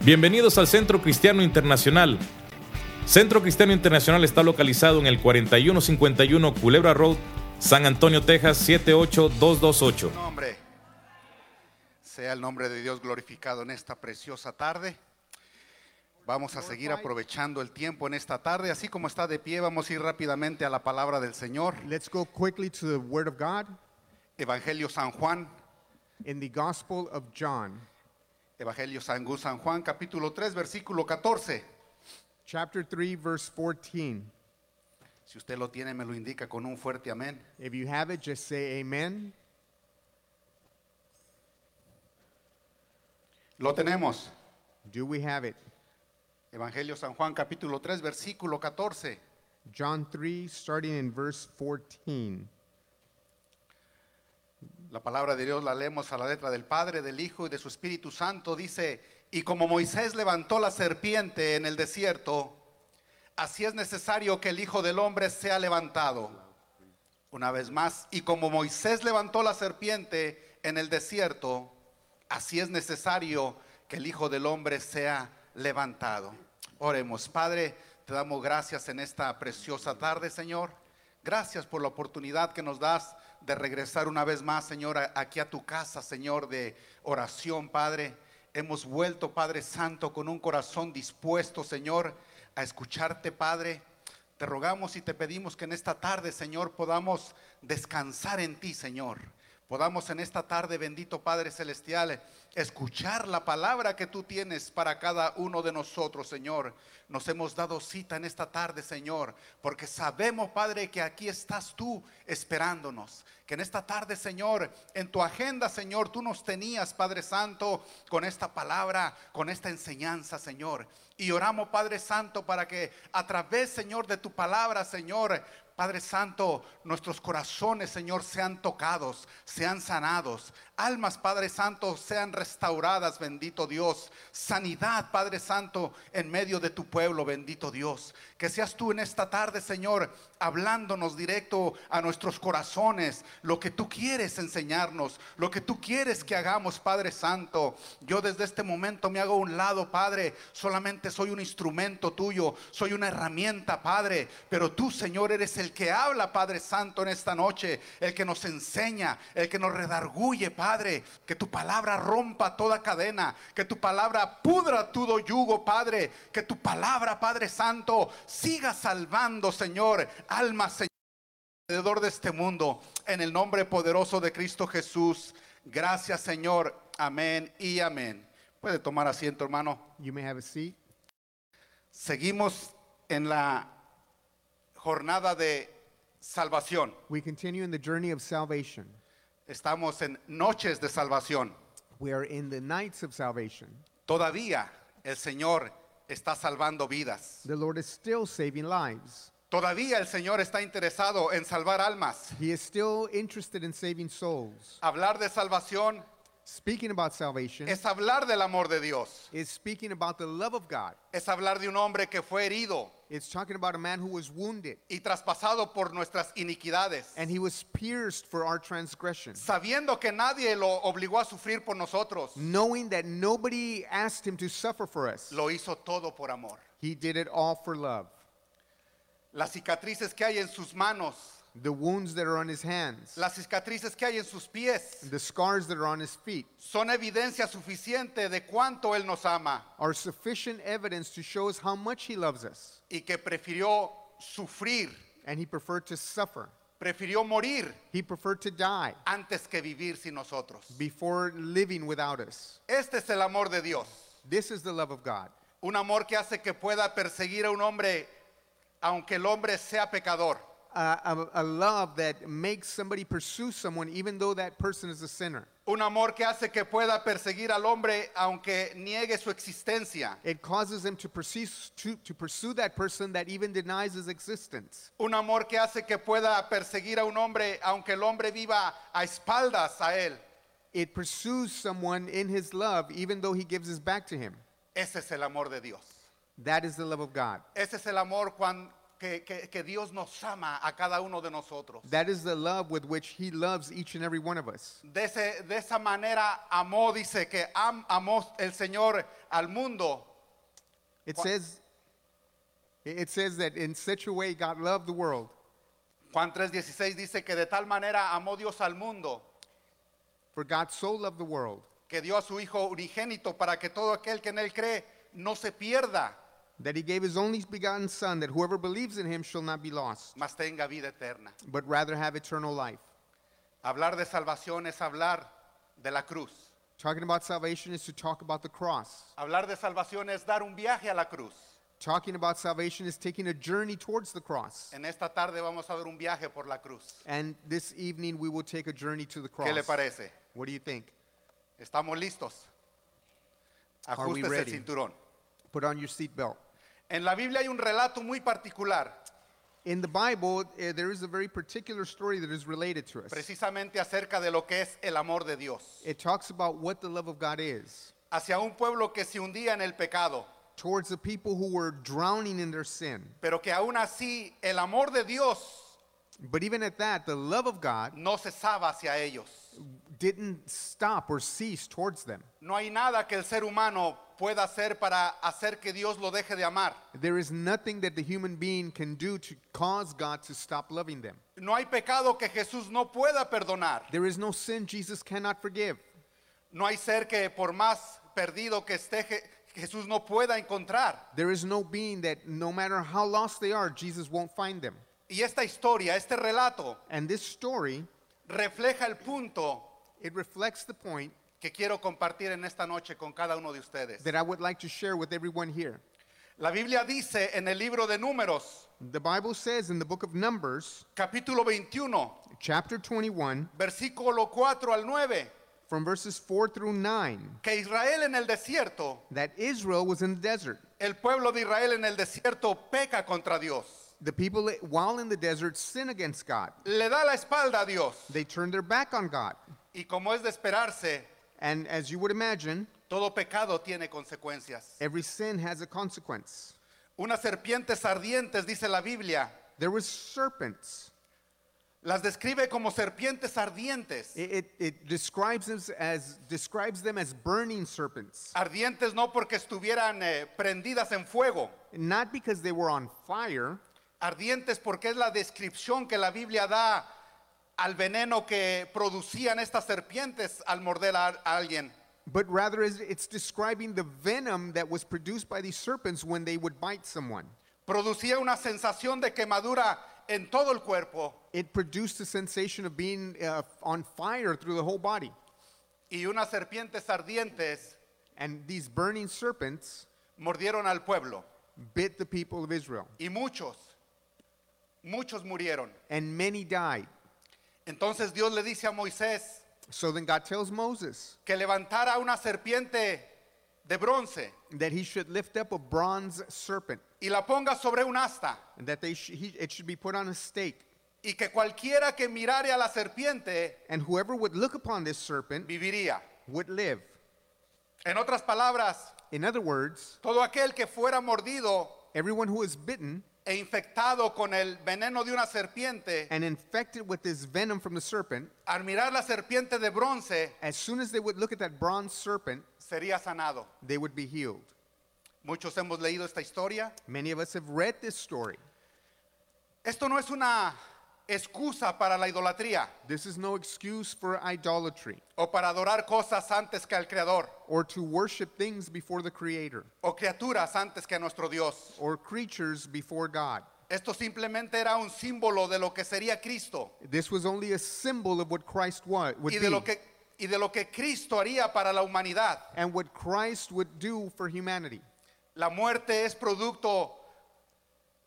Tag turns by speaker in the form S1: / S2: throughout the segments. S1: Bienvenidos al Centro Cristiano Internacional. Centro Cristiano Internacional está localizado en el 4151 Culebra Road, San Antonio, Texas 78228.
S2: Nombre. Sea el nombre de Dios glorificado en esta preciosa tarde. Vamos a seguir aprovechando el tiempo en esta tarde. Así como está de pie, vamos a ir rápidamente a la palabra del Señor.
S3: Let's go quickly to the Word of God
S2: Evangelio San Juan,
S3: in the Gospel of John,
S2: Evangelio San, Gu- San Juan, capítulo 3, versículo 14.
S3: chapter 3, verse 14.
S2: Si usted lo tiene, me lo indica con un fuerte amén.
S3: If you have it, just say amen.
S2: Lo tenemos.
S3: Do we have it?
S2: Evangelio San Juan, capítulo 3, versículo 14.
S3: John 3, starting in verse 14.
S2: La palabra de Dios la leemos a la letra del Padre, del Hijo y de su Espíritu Santo. Dice, y como Moisés levantó la serpiente en el desierto, así es necesario que el Hijo del Hombre sea levantado. Una vez más, y como Moisés levantó la serpiente en el desierto, así es necesario que el Hijo del Hombre sea levantado. Oremos, Padre, te damos gracias en esta preciosa tarde, Señor. Gracias por la oportunidad que nos das de regresar una vez más, Señor, a- aquí a tu casa, Señor, de oración, Padre. Hemos vuelto, Padre Santo, con un corazón dispuesto, Señor, a escucharte, Padre. Te rogamos y te pedimos que en esta tarde, Señor, podamos descansar en ti, Señor. Podamos en esta tarde, bendito Padre Celestial, escuchar la palabra que tú tienes para cada uno de nosotros, Señor. Nos hemos dado cita en esta tarde, Señor, porque sabemos, Padre, que aquí estás tú esperándonos. Que en esta tarde, Señor, en tu agenda, Señor, tú nos tenías, Padre Santo, con esta palabra, con esta enseñanza, Señor. Y oramos, Padre Santo, para que a través, Señor, de tu palabra, Señor, Padre Santo, nuestros corazones, Señor, sean tocados, sean sanados. Almas, Padre Santo, sean restauradas, bendito Dios. Sanidad, Padre Santo, en medio de tu pueblo, bendito Dios. Que seas tú en esta tarde, Señor, hablándonos directo a nuestros corazones, lo que tú quieres enseñarnos, lo que tú quieres que hagamos, Padre Santo. Yo desde este momento me hago a un lado, Padre. Solamente soy un instrumento tuyo, soy una herramienta, Padre. Pero tú, Señor, eres el que habla, Padre Santo, en esta noche, el que nos enseña, el que nos redarguye, Padre. Que tu palabra rompa toda cadena, que tu palabra pudra todo yugo, Padre. Que tu palabra, Padre Santo, siga salvando, Señor, almas, Señor alrededor de este mundo, en el nombre poderoso de Cristo Jesús. Gracias, Señor. Amén y amén. Puede tomar asiento, hermano.
S3: You may have a seat.
S2: Seguimos en la jornada de salvación.
S3: We continue in the journey of salvation.
S2: Estamos en noches de salvación.
S3: We are in the nights of salvation.
S2: Todavía el Señor está salvando vidas.
S3: The Lord is still saving lives.
S2: Todavía el Señor está interesado en salvar almas.
S3: He is still interested in saving souls.
S2: Hablar de salvación
S3: Speaking about salvation
S2: es hablar del amor de Dios.
S3: is speaking about the love of God.
S2: Es hablar de un hombre que fue herido
S3: It's talking about a man who was wounded
S2: y traspasado por nuestras iniquidades,
S3: and he was pierced for our transgressions,
S2: sabiendo que nadie lo obligó a sufrir por nosotros,
S3: knowing that nobody asked him to suffer for us.
S2: lo hizo todo por amor.
S3: He did it all for love.
S2: Las cicatrices que hay en sus manos,
S3: The wounds that are on his hands,
S2: las cicatrices que hay en sus pies,
S3: the scars that are on his feet,
S2: son evidencia suficiente de cuánto Él nos ama
S3: are sufficient evidence to show us how much he loves us.
S2: y que prefirió sufrir,
S3: And he preferred to suffer,
S2: prefirió morir
S3: he preferred to die
S2: antes que vivir sin nosotros.
S3: before living without us.
S2: Este es el amor de Dios,
S3: This is the love of God.
S2: un amor que hace que pueda perseguir a un hombre aunque el hombre sea pecador.
S3: Uh, a, a love that makes somebody pursue someone even though that person is a sinner.
S2: Un amor que hace que pueda perseguir al hombre aunque niegue su existencia.
S3: It causes him to pursue, to, to pursue that person that even denies his existence.
S2: Un amor que hace que pueda perseguir a un hombre aunque el hombre viva a espaldas a él.
S3: It pursues someone in his love even though he gives his back to him.
S2: Ese es el amor de Dios.
S3: That is the love of God.
S2: Ese es el amor cuan- que, que- que Dios nos ama a cada uno de nosotros.
S3: That is the love with which He loves each and every one of us.
S2: De, ese- de esa manera amó, dice que am- amó el Señor al mundo
S3: It
S2: Wha-
S3: says, it says that in such a way God loved the world.
S2: Juan 3:16 dice que de tal manera amó Dios al mundo
S3: For God so loved the world
S2: que dio a su Hijo unigénito para que todo aquel que en Él cree no se pierda,
S3: that He gave His only begotten Son, that whoever believes in Him shall not be lost,
S2: mas tenga vida eterna.
S3: but rather have eternal life.
S2: Hablar de salvación es hablar de la cruz.
S3: Talking about salvation is to talk about the cross.
S2: Hablar de salvación es dar un viaje a la cruz.
S3: Talking about salvation is taking a journey towards the cross.
S2: En esta tarde vamos a dar un viaje por la cruz.
S3: And this evening we will take a journey to the cross.
S2: ¿Qué le parece?
S3: What do you think?
S2: ¿Estamos listos?
S3: we
S2: Ajuste el
S3: ready?
S2: cinturón.
S3: Put on your seatbelt.
S2: En la Biblia hay un relato muy particular,
S3: In the Bible, eh, there is a very particular story that is related to us.
S2: precisamente acerca de lo que es el amor de Dios.
S3: It talks about what the love of God is
S2: Hacia un pueblo que se hundía en el pecado,
S3: towards the people who were drowning in their sin.
S2: pero que aún así el amor de Dios
S3: But even at that, the love of God
S2: no cesaba hacia ellos.
S3: didn't stop or cease towards them.
S2: No hay nada que el ser humano pueda hacer para hacer que Dios lo deje de amar.
S3: There is nothing that the human being can do to cause God to stop loving them.
S2: No hay pecado que Jesús no pueda perdonar.
S3: There is no sin Jesus cannot forgive.
S2: No hay ser que por más perdido que esté Je- Jesús no pueda encontrar.
S3: There is no being that, no matter how lost they are, Jesus won't find them.
S2: Y esta historia, este relato,
S3: And this story,
S2: refleja el punto
S3: it reflects the point
S2: que quiero compartir en esta noche con cada uno de ustedes.
S3: that I would like to share with everyone here.
S2: La Biblia dice en el libro de Números,
S3: The Bible says in the book of Numbers,
S2: capítulo 21,
S3: chapter 21,
S2: versículo 4 al 9,
S3: from verses 4 through 9,
S2: que Israel en el desierto,
S3: that Israel was in the desert.
S2: el pueblo de Israel en el desierto peca contra Dios,
S3: The people, while in the desert, sin against God.
S2: le da la espalda a Dios.
S3: They turned their back on God.
S2: Y como es de esperarse,
S3: And as you would imagine,
S2: todo pecado tiene consecuencias.
S3: every sin has a consequence.
S2: Unas serpientes ardientes, dice la Biblia,
S3: There was serpents.
S2: las describe como serpientes ardientes.
S3: It, it, it describes them as describes them as burning serpents,
S2: Ardientes no porque estuvieran eh, prendidas en fuego,
S3: not because they were on fire,
S2: ardientes porque es la descripción que la Biblia da al veneno que producían estas serpientes al morder a, a alguien.
S3: but rather is it's describing the venom that was produced by these serpents when they would bite someone.
S2: Producía una sensación de quemadura en todo el cuerpo
S3: It produced a sensation of being uh, on fire through the whole body,
S2: y unas serpientes ardientes
S3: and these burning serpents
S2: mordieron al pueblo
S3: bit the people of Israel,
S2: y muchos, muchos murieron.
S3: and many died.
S2: Entonces Dios le dice a Moisés
S3: So then God tells Moses
S2: que levantara una serpiente de bronce
S3: that he should lift up a bronze serpent,
S2: y la ponga sobre un asta.
S3: and that they sh- he, it should be put on a stake.
S2: y que cualquiera que mirare a la serpiente
S3: And whoever would look upon this serpent
S2: viviría.
S3: would live.
S2: En otras palabras,
S3: In other words,
S2: todo aquel que fuera mordido
S3: everyone who is bitten
S2: e infectado con el veneno de una serpiente,
S3: and infected with this venom from the serpent,
S2: al mirar la serpiente de bronce,
S3: as soon as they would look at that bronze serpent,
S2: sería sanado.
S3: they would be healed.
S2: Muchos hemos leído esta historia.
S3: Many of us have read this story.
S2: Esto no es una excusa para la idolatría
S3: This is no excuse for idolatry
S2: o para adorar cosas antes que al Creador
S3: or to worship things before the Creator
S2: o criaturas antes que a nuestro Dios.
S3: or creatures before God.
S2: Esto simplemente era un símbolo de lo que sería Cristo.
S3: This was only a symbol of what Christ was, would
S2: y de lo
S3: be
S2: que y de lo que Cristo haría para la humanidad.
S3: and what Christ would do for humanity.
S2: La muerte es producto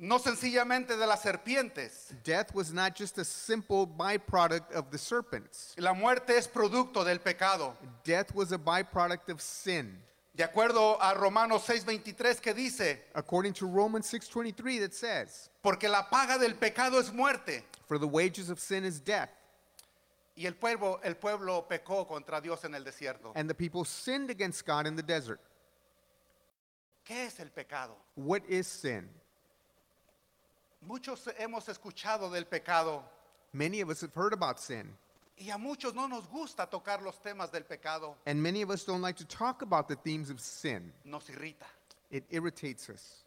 S2: no sencillamente de las serpientes.
S3: Death was not just a simple byproduct of the serpents.
S2: La muerte es producto del pecado.
S3: Death was a byproduct of sin.
S2: De acuerdo a Romanos 6:23 que dice,
S3: According to Romans 6:23 that says,
S2: porque la paga del pecado es muerte.
S3: "For the wages of sin is death."
S2: Y el pueblo, el pueblo pecó contra Dios en el desierto.
S3: And the people sinned against God in the desert.
S2: ¿Qué es el pecado?
S3: What is sin?
S2: Muchos hemos escuchado del pecado
S3: Many of us have heard about sin,
S2: y a muchos no nos gusta tocar los temas del pecado.
S3: and many of us don't like to talk about the themes of sin.
S2: Nos irrita.
S3: It irritates us.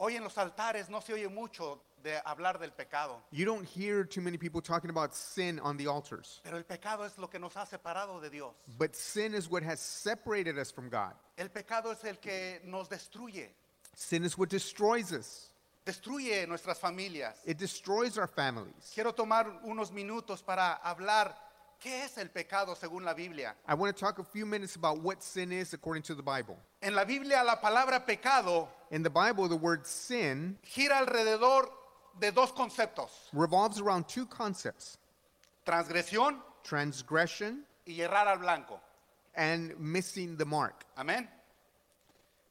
S2: Hoy en los altares no se oye mucho de hablar del pecado,
S3: You don't hear too many people talking about sin on the altars,
S2: pero el pecado es lo que nos ha separado de Dios.
S3: but sin is what has separated us from God.
S2: El pecado es el que nos destruye,
S3: Sin is what destroys us,
S2: destruye nuestras familias.
S3: it destroys our families.
S2: Quiero tomar unos minutos para hablar qué es el pecado según la Biblia.
S3: I want to talk a few minutes about what sin is according to the Bible.
S2: En la Biblia la palabra pecado
S3: In the Bible, the word sin
S2: gira alrededor de dos conceptos,
S3: revolves around two concepts
S2: transgresión
S3: transgression
S2: y errar al blanco.
S3: and missing the mark.
S2: Amén.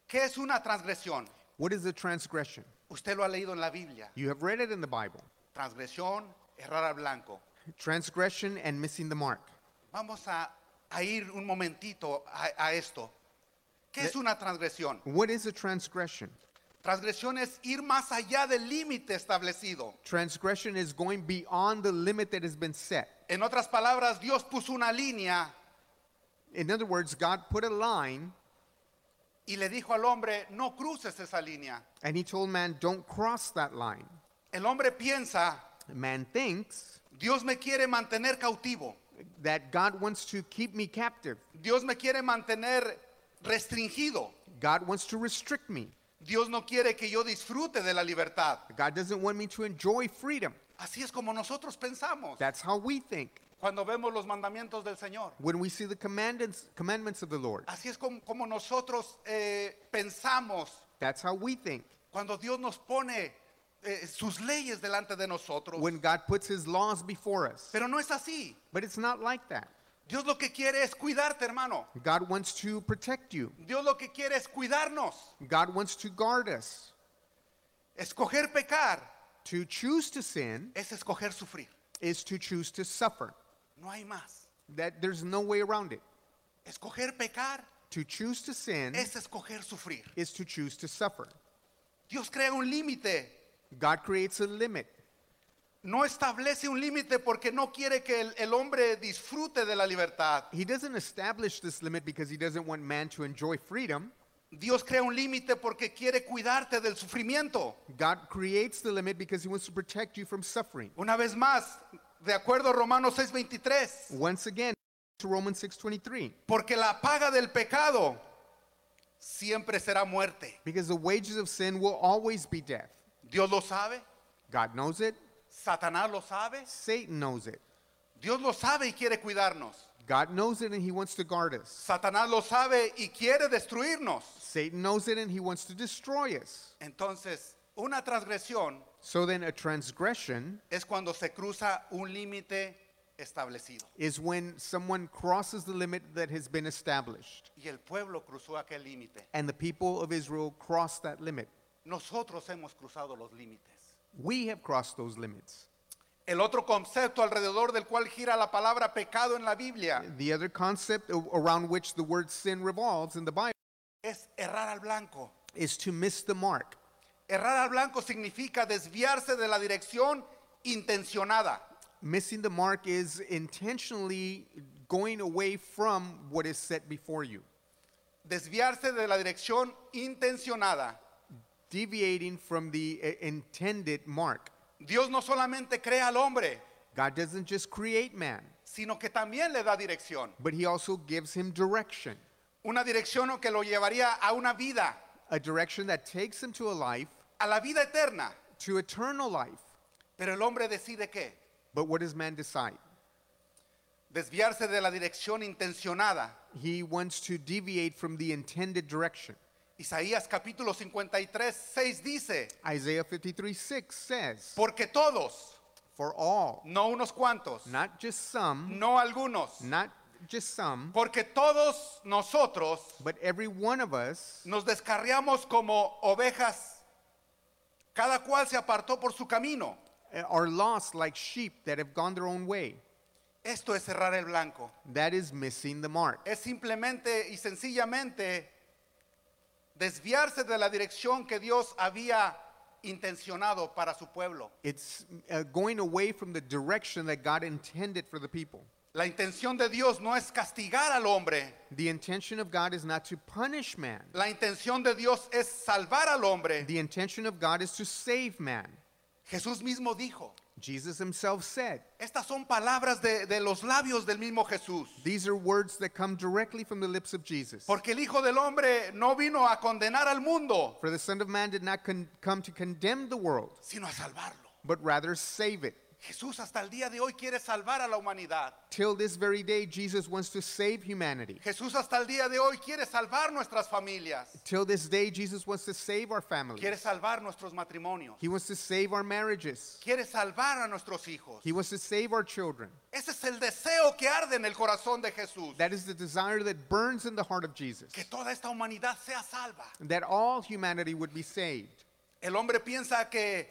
S2: ¿Qué es una transgresión?
S3: What is a transgression?
S2: Usted lo ha leído en la Biblia.
S3: You have read it in the Bible.
S2: Transgresión, errar al blanco.
S3: Transgression and missing the mark.
S2: Vamos a, a ir un momentito a, a esto. ¿Qué es una transgresión?
S3: What is a transgression?
S2: Transgresión es ir más allá del límite establecido.
S3: Transgression is going beyond the limit that has been set.
S2: En otras palabras, Dios puso una línea
S3: In other words, God put a line
S2: y le dijo al hombre, no cruces esa línea.
S3: and he told man, don't cross that line.
S2: El hombre piensa,
S3: Man thinks
S2: Dios me quiere mantener cautivo.
S3: that God wants to keep me captive.
S2: Dios me quiere mantener restringido.
S3: God wants to restrict me.
S2: Dios no quiere que yo disfrute de la libertad.
S3: God doesn't want me to enjoy freedom.
S2: Así es como nosotros pensamos
S3: That's how we think
S2: cuando vemos los mandamientos del Señor.
S3: when we see the commandments, commandments of the Lord.
S2: Así es como, como nosotros eh, pensamos
S3: That's how we think
S2: cuando Dios nos pone eh, sus leyes delante de nosotros.
S3: when God puts his laws before us.
S2: Pero no es así.
S3: But it's not like that.
S2: Dios lo que quiere es cuidarte, hermano.
S3: God wants to protect you.
S2: Dios lo que quiere es cuidarnos,
S3: God wants to guard us.
S2: escoger pecar.
S3: To choose to sin
S2: es escoger sufrir.
S3: is to choose to suffer.
S2: No hay más.
S3: That there's no way around it.
S2: Escoger pecar
S3: To choose to sin
S2: es escoger sufrir.
S3: is to choose to suffer.
S2: Dios crea un límite.
S3: God creates a limit.
S2: No establece un límite porque no quiere que el, el hombre disfrute de la libertad.
S3: He doesn't establish this limit because he doesn't want man to enjoy freedom.
S2: Dios crea un límite porque quiere cuidarte del sufrimiento.
S3: God creates the limit because he wants to protect you from suffering.
S2: Una vez más, de acuerdo a Romanos 6:23,
S3: Once again, to Romans 6:23,
S2: porque la paga del pecado siempre será muerte.
S3: because the wages of sin will always be death.
S2: Dios lo sabe,
S3: God knows it,
S2: Satanás lo sabe,
S3: Satan knows it.
S2: Dios lo sabe y quiere cuidarnos.
S3: God knows it and he wants to guard us.
S2: Satanás lo sabe y quiere destruirnos.
S3: Satan knows it and he wants to destroy us.
S2: Entonces, una transgresión
S3: So then, a transgression
S2: es cuando se cruza un límite establecido.
S3: is when someone crosses the limit that has been established.
S2: Y el pueblo cruzó aquel límite.
S3: And the people of Israel crossed that limit.
S2: Nosotros hemos cruzado los límites.
S3: We have crossed those limits.
S2: El otro concepto alrededor del cual gira la palabra pecado en la Biblia
S3: The other concept a- around which the word sin revolves in the Bible
S2: es errar al blanco.
S3: is to miss the mark.
S2: Errar al blanco significa desviarse de la dirección intencionada.
S3: Missing the mark is intentionally going away from what is set before you,
S2: Desviarse de la dirección intencionada.
S3: deviating from the uh, intended mark.
S2: Dios no solamente crea al hombre,
S3: God doesn't just create man,
S2: sino que también le da dirección.
S3: but he also gives him direction,
S2: Una dirección que lo llevaría a una vida,
S3: a direction that takes him to a life,
S2: a la vida eterna.
S3: to eternal life.
S2: Pero el hombre decide qué?
S3: But what does man decide?
S2: Desviarse de la dirección intencionada.
S3: He wants to deviate from the intended direction.
S2: Isaías capítulo 53, 6 dice,
S3: Isaiah 53 6 says,
S2: porque todos,
S3: For all,
S2: no unos cuantos,
S3: not just some,
S2: no algunos,
S3: not just some,
S2: porque todos nosotros
S3: but every one of us,
S2: nos descarriamos como ovejas, cada cual se apartó por su camino.
S3: uh, are lost like sheep that have gone their own way.
S2: Esto es cerrar el blanco.
S3: That is missing the mark.
S2: es simplemente y sencillamente desviarse de la dirección que Dios había intencionado para su pueblo.
S3: It's uh, going away from the direction that God intended for the people.
S2: La intención de Dios no es castigar al hombre.
S3: The intention of God is not to punish man.
S2: La intención de Dios es salvar al hombre.
S3: The intention of God is to save man.
S2: Jesús mismo dijo,
S3: Jesus himself said,
S2: estas son palabras de, de los labios del mismo Jesús.
S3: these are words that come directly from the lips of Jesus.
S2: Porque el Hijo del Hombre no vino a condenar al mundo,
S3: For the Son of Man did not con- come to condemn the world,
S2: sino a salvarlo.
S3: but rather save it.
S2: Jesús hasta el día de hoy quiere salvar a la humanidad.
S3: Till this very day, Jesus wants to save humanity.
S2: Jesús hasta el día de hoy quiere salvar nuestras familias.
S3: Till this day, Jesus wants to save our families.
S2: Quiere salvar nuestros matrimonios.
S3: He wants to save our marriages.
S2: Quiere salvar a nuestros hijos.
S3: He wants to save our children.
S2: Ese es el deseo que arde en el corazón de Jesús.
S3: That is the desire that burns in the heart of Jesus,
S2: Que toda esta humanidad sea salva.
S3: that all humanity would be saved.
S2: El hombre piensa que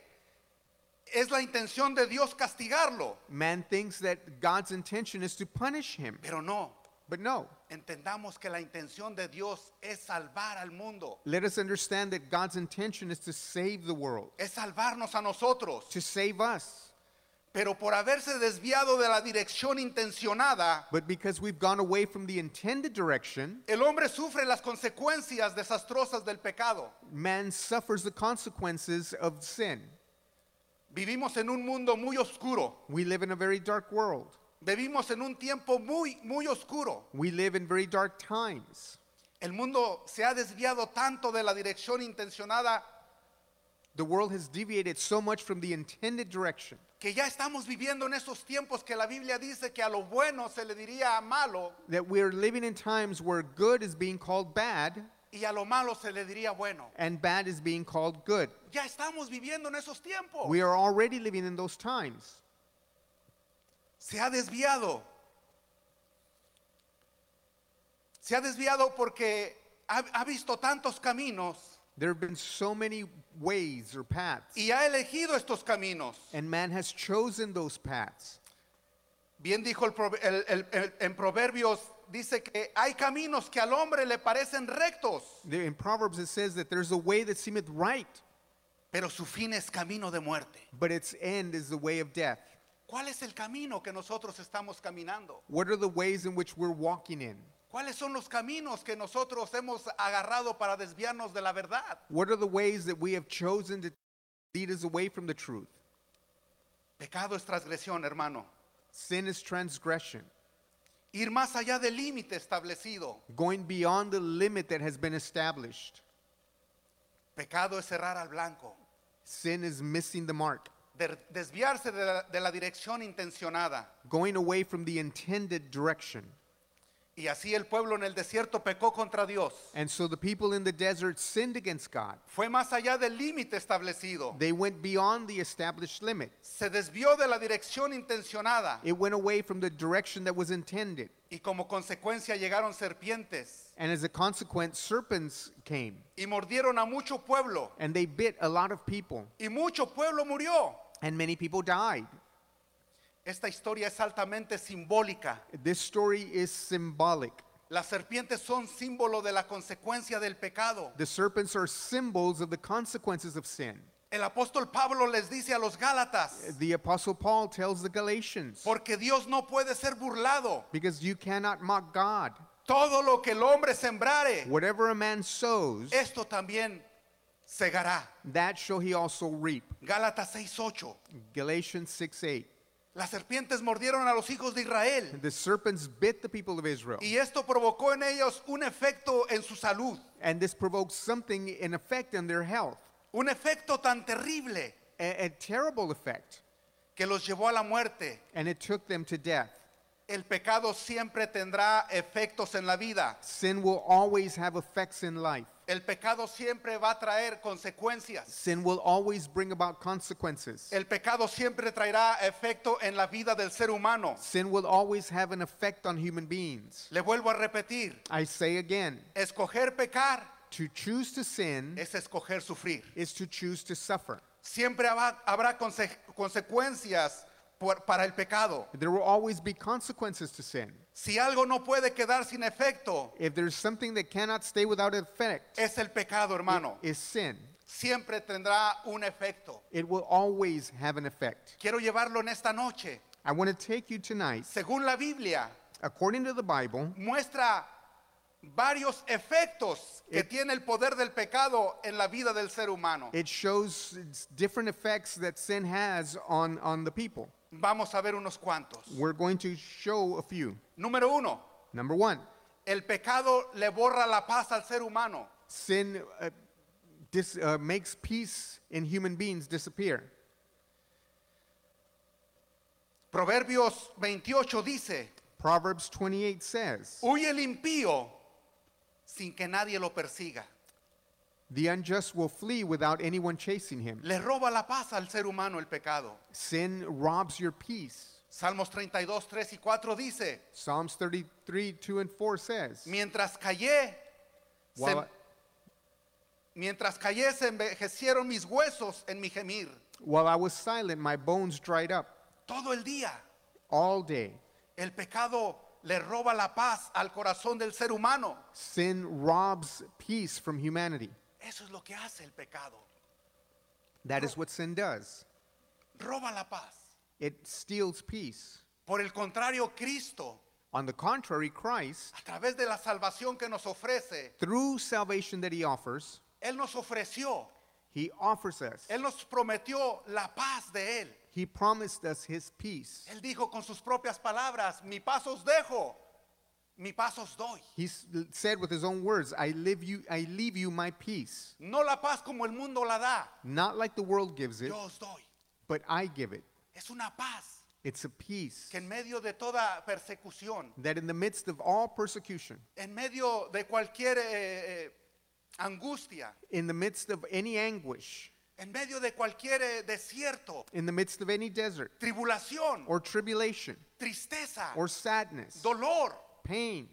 S2: es la intención de Dios castigarlo,
S3: Man thinks that God's intention is to punish him,
S2: pero no.
S3: but no.
S2: Entendamos que la intención de Dios es salvar al mundo,
S3: Let us understand that God's intention is to save the world,
S2: es salvarnos a nosotros.
S3: to save us.
S2: Pero por haberse desviado de la dirección intencionada,
S3: But because we've gone away from the intended direction,
S2: el hombre sufre las consecuencias desastrosas del pecado.
S3: man suffers the consequences of sin.
S2: Vivimos en un mundo muy oscuro.
S3: We live in a very dark world.
S2: Vivimos en un tiempo muy, muy oscuro.
S3: We live in very dark times.
S2: El mundo se ha desviado tanto de la dirección intencionada
S3: The world has deviated so much from the intended direction
S2: que ya estamos viviendo en esos tiempos que la Biblia dice que a lo bueno se le diría a malo
S3: that we are living in times where good is being called bad
S2: y a lo malo se le diría bueno.
S3: and bad is being called good.
S2: Ya estamos viviendo en esos tiempos.
S3: We are already living in those times.
S2: se ha desviado. Se ha desviado porque ha, ha visto tantos caminos
S3: There have been so many ways or paths,
S2: y ha elegido estos caminos.
S3: and man has chosen those paths.
S2: Bien dijo el prove- el- el- el- en Proverbios, dice que hay caminos que al hombre le parecen rectos,
S3: There- In Proverbs, it says that there's a way that seemeth right,
S2: pero su fin es camino de muerte.
S3: but its end is the way of death.
S2: ¿Cuál es el camino que nosotros estamos caminando?
S3: What are the ways in which we're walking in?
S2: ¿Cuáles son los caminos que nosotros hemos agarrado para desviarnos de la verdad?
S3: What are the ways that we have chosen to lead us away from the truth?
S2: Pecado es transgresión, hermano.
S3: Sin is transgression,
S2: Ir más allá del límite establecido.
S3: going beyond the limit that has been established.
S2: Pecado es cerrar al blanco,
S3: Sin is missing the mark,
S2: de- desviarse de la, de la dirección intencionada.
S3: going away from the intended direction.
S2: Y así el pueblo en el desierto pecó contra Dios.
S3: And so the people in the desert sinned against God.
S2: Fue más allá del límite establecido.
S3: They went beyond the established limit.
S2: Se desvió de la dirección intencionada.
S3: It went away from the direction that was intended.
S2: Y como consecuencia llegaron serpientes
S3: And as a consequence, serpents came
S2: y mordieron a mucho pueblo.
S3: and they bit a lot of people,
S2: Y mucho pueblo murió.
S3: and many people died.
S2: Esta historia es altamente simbólica.
S3: This story is symbolic.
S2: Las serpientes son símbolo de la consecuencia del pecado.
S3: The serpents are symbols of the consequences of sin.
S2: El apóstol Pablo les dice a los Gálatas,
S3: The Apostle Paul tells the Galatians
S2: porque Dios no puede ser burlado.
S3: because you cannot mock God.
S2: Todo lo que el hombre sembrare,
S3: Whatever a man sows,
S2: esto también segará.
S3: that shall he also reap.
S2: Gálatas 6:8.
S3: Galatians 6 8.
S2: Las serpientes mordieron a los hijos de Israel
S3: The serpents bit the people of Israel,
S2: y esto provocó en ellos un efecto en su salud,
S3: and this provoked something in effect in their health,
S2: un efecto tan terrible
S3: a, a terrible effect,
S2: que los llevó a la muerte.
S3: and it took them to death.
S2: El pecado siempre tendrá efectos en la vida.
S3: Sin will always have effects in life,
S2: El pecado siempre va a traer consecuencias.
S3: sin will always bring about consequences.
S2: El pecado siempre traerá efecto en la vida del ser humano.
S3: Sin will always have an effect on human beings.
S2: Le vuelvo a repetir,
S3: I say again,
S2: Escoger pecar
S3: to choose to sin
S2: es escoger sufrir.
S3: is to choose to suffer.
S2: Siempre haba- habrá conse- consecuencias por- para el pecado.
S3: There will always be consequences to sin.
S2: Si algo no puede quedar sin efecto,
S3: If there's something that cannot stay without effect,
S2: es el pecado, hermano.
S3: is sin.
S2: siempre tendrá un efecto.
S3: It will always have an effect.
S2: Quiero llevarlo en esta noche.
S3: I want to take you tonight,
S2: Según la Biblia,
S3: according to the Bible,
S2: muestra varios efectos que
S3: It-
S2: tiene el poder del pecado en la vida del ser humano.
S3: it shows its different effects that sin has on, on the people.
S2: Vamos a ver unos cuantos.
S3: We're going to show a few.
S2: Número uno,
S3: Number one,
S2: el pecado le borra la paz al ser humano.
S3: sin uh, dis, uh, makes peace in human beings disappear.
S2: Proverbios 28 dice,
S3: Proverbs 28 says,
S2: huye el impío sin que nadie lo persiga.
S3: The unjust will flee without anyone chasing him.
S2: Le roba la paz al ser humano el pecado.
S3: Sin robs your peace.
S2: Salmos 32, 3 y 4 dice,
S3: Psalms 33, 2 and 4 says,
S2: mientras callé, se-
S3: while I,
S2: mientras callé se envejecieron mis huesos en mi gemir.
S3: while I was silent, my bones dried up
S2: Todo el día
S3: all day.
S2: el pecado le roba la paz al corazón del ser humano.
S3: Sin robs peace from humanity.
S2: Eso es lo que hace el pecado.
S3: That is what sin does.
S2: Roba la paz.
S3: It steals peace.
S2: Por el contrario, Cristo,
S3: On the contrary, Christ,
S2: a través de la salvación que nos ofrece,
S3: through salvation that he offers,
S2: Él nos ofreció,
S3: he offers us.
S2: Él nos prometió la paz de Él.
S3: He promised us his peace.
S2: Él dijo con sus propias palabras, mi paz os dejo, mi paz os doy.
S3: He s- said with his own words, I, live you, I leave you my peace.
S2: No la paz como el mundo la da,
S3: Not like the world gives it,
S2: yo os doy.
S3: but I give it.
S2: Es una paz
S3: It's a peace
S2: que en medio de toda persecución,
S3: that in the midst of all persecution,
S2: en medio de cualquier eh, eh, angustia,
S3: in the midst of any anguish,
S2: en medio de cualquier eh, desierto,
S3: in the midst of any desert
S2: tribulación,
S3: or tribulation
S2: tristeza,
S3: or sadness,
S2: dolor,
S3: pain,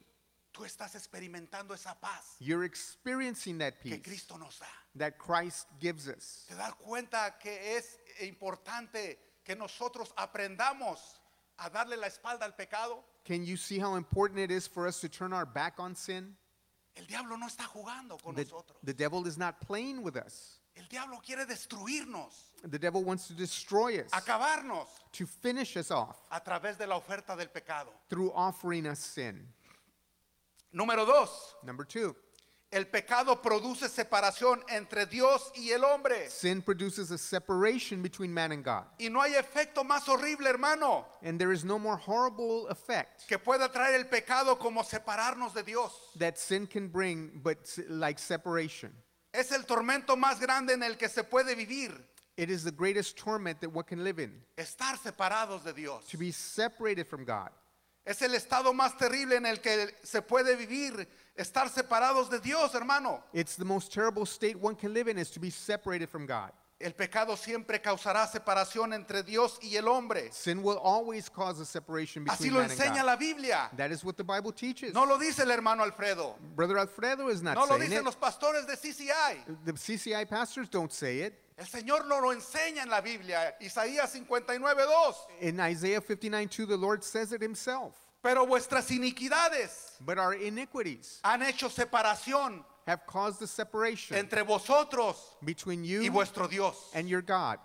S2: tú estás experimentando esa paz
S3: you're experiencing that
S2: que
S3: peace
S2: Cristo nos da.
S3: that Christ gives us.
S2: Te das cuenta que es importante que nosotros aprendamos a darle la espalda al pecado.
S3: Can you see how important it is for us to turn our back on sin?
S2: El diablo no está jugando con
S3: The,
S2: nosotros.
S3: the devil is not playing with us.
S2: El diablo quiere destruirnos,
S3: The devil wants to destroy us,
S2: acabarnos
S3: to finish us off
S2: a través de la oferta del pecado.
S3: through offering us sin.
S2: Número dos,
S3: Number two,
S2: el pecado produce separación entre Dios y el hombre.
S3: sin produces a separation between man and God.
S2: Y no hay efecto más horrible, hermano,
S3: And there is no more horrible effect
S2: que pueda traer el pecado como separarnos de Dios.
S3: that sin can bring, but s- like separation.
S2: Es el tormento más grande en el que se puede vivir,
S3: It is the greatest torment that one can live in,
S2: estar separados de Dios.
S3: to be separated from God.
S2: Es el estado más terrible en el que se puede vivir, estar separados de Dios, hermano.
S3: It's the most terrible state one can live in is to be separated from God.
S2: El pecado siempre causará separación entre Dios y el hombre.
S3: Sin will always cause a separation
S2: Así
S3: between
S2: lo
S3: man and
S2: enseña
S3: God.
S2: la Biblia.
S3: That is what the Bible teaches.
S2: No lo dice el hermano Alfredo.
S3: Brother Alfredo is not
S2: No lo
S3: saying
S2: dicen
S3: it.
S2: los pastores de CCI.
S3: The CCI pastors don't say it.
S2: El Señor no lo enseña en la Biblia. Isaías 59:2.
S3: In Isaiah 59 2, the Lord says it himself.
S2: Pero vuestras iniquidades
S3: But our iniquities
S2: han hecho separación
S3: have caused the separation
S2: entre vosotros
S3: between
S2: y
S3: you
S2: vuestro Dios.
S3: and your God.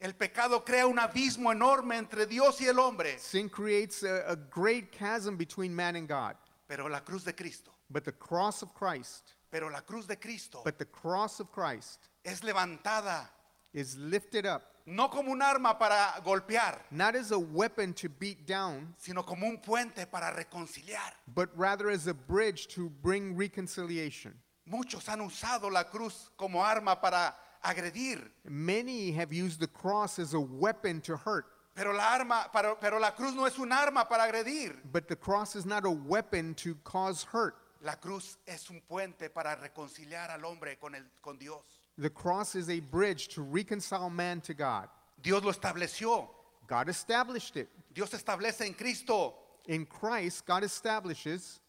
S2: El pecado crea un abismo enorme entre Dios y el hombre.
S3: Sin creates a, a great chasm between man and God.
S2: Pero la cruz de Cristo,
S3: But the cross of Christ,
S2: pero la cruz de Cristo
S3: but the cross of Christ
S2: es levantada
S3: is lifted up,
S2: no como un arma para golpear,
S3: not as a weapon to beat down,
S2: sino como un puente para reconciliar.
S3: but rather as a bridge to bring reconciliation.
S2: Muchos han usado la cruz como arma para agredir,
S3: Many have used the cross as a weapon to hurt,
S2: pero la arma, pero, pero la cruz no es un arma para agredir.
S3: but the cross is not a weapon to cause hurt.
S2: La cruz es un puente para reconciliar al hombre con el con Dios.
S3: The cross is a bridge to reconcile man to God.
S2: Dios lo estableció.
S3: God established it.
S2: Dios establece en Cristo
S3: In Christ, God establishes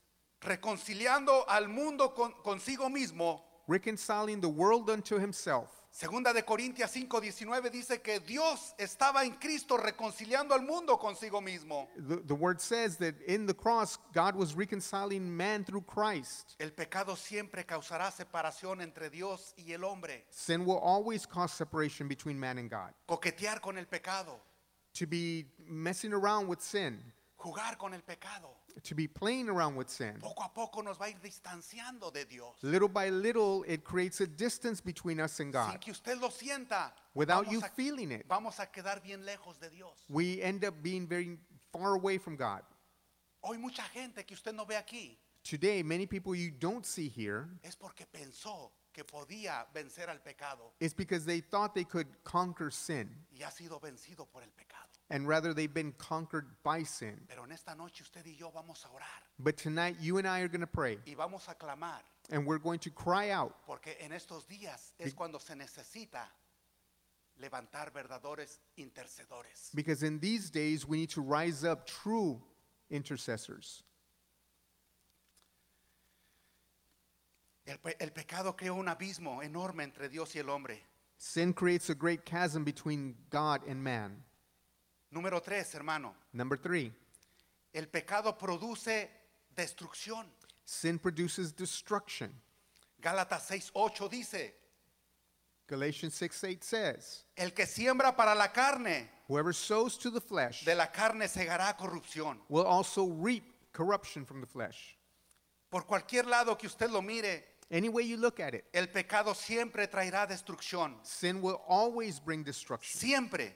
S2: reconciliando al mundo con- consigo mismo
S3: reconciling the world unto himself.
S2: Segunda de Corintias 5:19 dice que Dios estaba en Cristo reconciliando al mundo consigo mismo.
S3: The, the word says that in the cross, God was reconciling man through Christ.
S2: El pecado siempre causará separación entre Dios y el hombre.
S3: Sin will always cause separation between man and God.
S2: Coquetear con el pecado,
S3: To be messing around with sin,
S2: jugar con el pecado,
S3: to be playing around with sin,
S2: poco a poco nos va a ir distanciando de Dios.
S3: little by little, it creates a distance between us
S2: Sin
S3: and God.
S2: que usted lo sienta,
S3: Without
S2: vamos
S3: you
S2: a-
S3: feeling it.
S2: vamos a quedar bien lejos de Dios.
S3: We end up being very far away from God.
S2: Hoy mucha gente que usted no ve aquí
S3: Today, many people you don't see here
S2: es porque pensó que podía vencer al pecado
S3: is because they thought they could conquer sin,
S2: y ha sido vencido por el pecado.
S3: and rather they've been conquered by sin.
S2: Pero en esta noche usted y yo vamos a orar
S3: But tonight, you and I are going to pray,
S2: y vamos a clamar
S3: and we're going to cry out
S2: porque en estos días es cuando se necesita levantar verdaderos intercedores.
S3: because in these days, we need to rise up true intercessors.
S2: El, pe- el pecado creó un abismo enorme entre Dios y el hombre.
S3: Sin creates a great chasm between God and man.
S2: Número tres, hermano,
S3: Number three,
S2: el pecado produce destrucción.
S3: sin produces destruction.
S2: Gálatas 6:8 dice,
S3: Galatians 6 8 says,
S2: el que siembra para la carne,
S3: Whoever sows to the flesh
S2: de la carne segará corrupción.
S3: will also reap corruption from the flesh.
S2: Por cualquier lado que usted lo mire,
S3: Any way you look at it,
S2: el pecado siempre traerá destrucción.
S3: sin will always bring destruction.
S2: Siempre.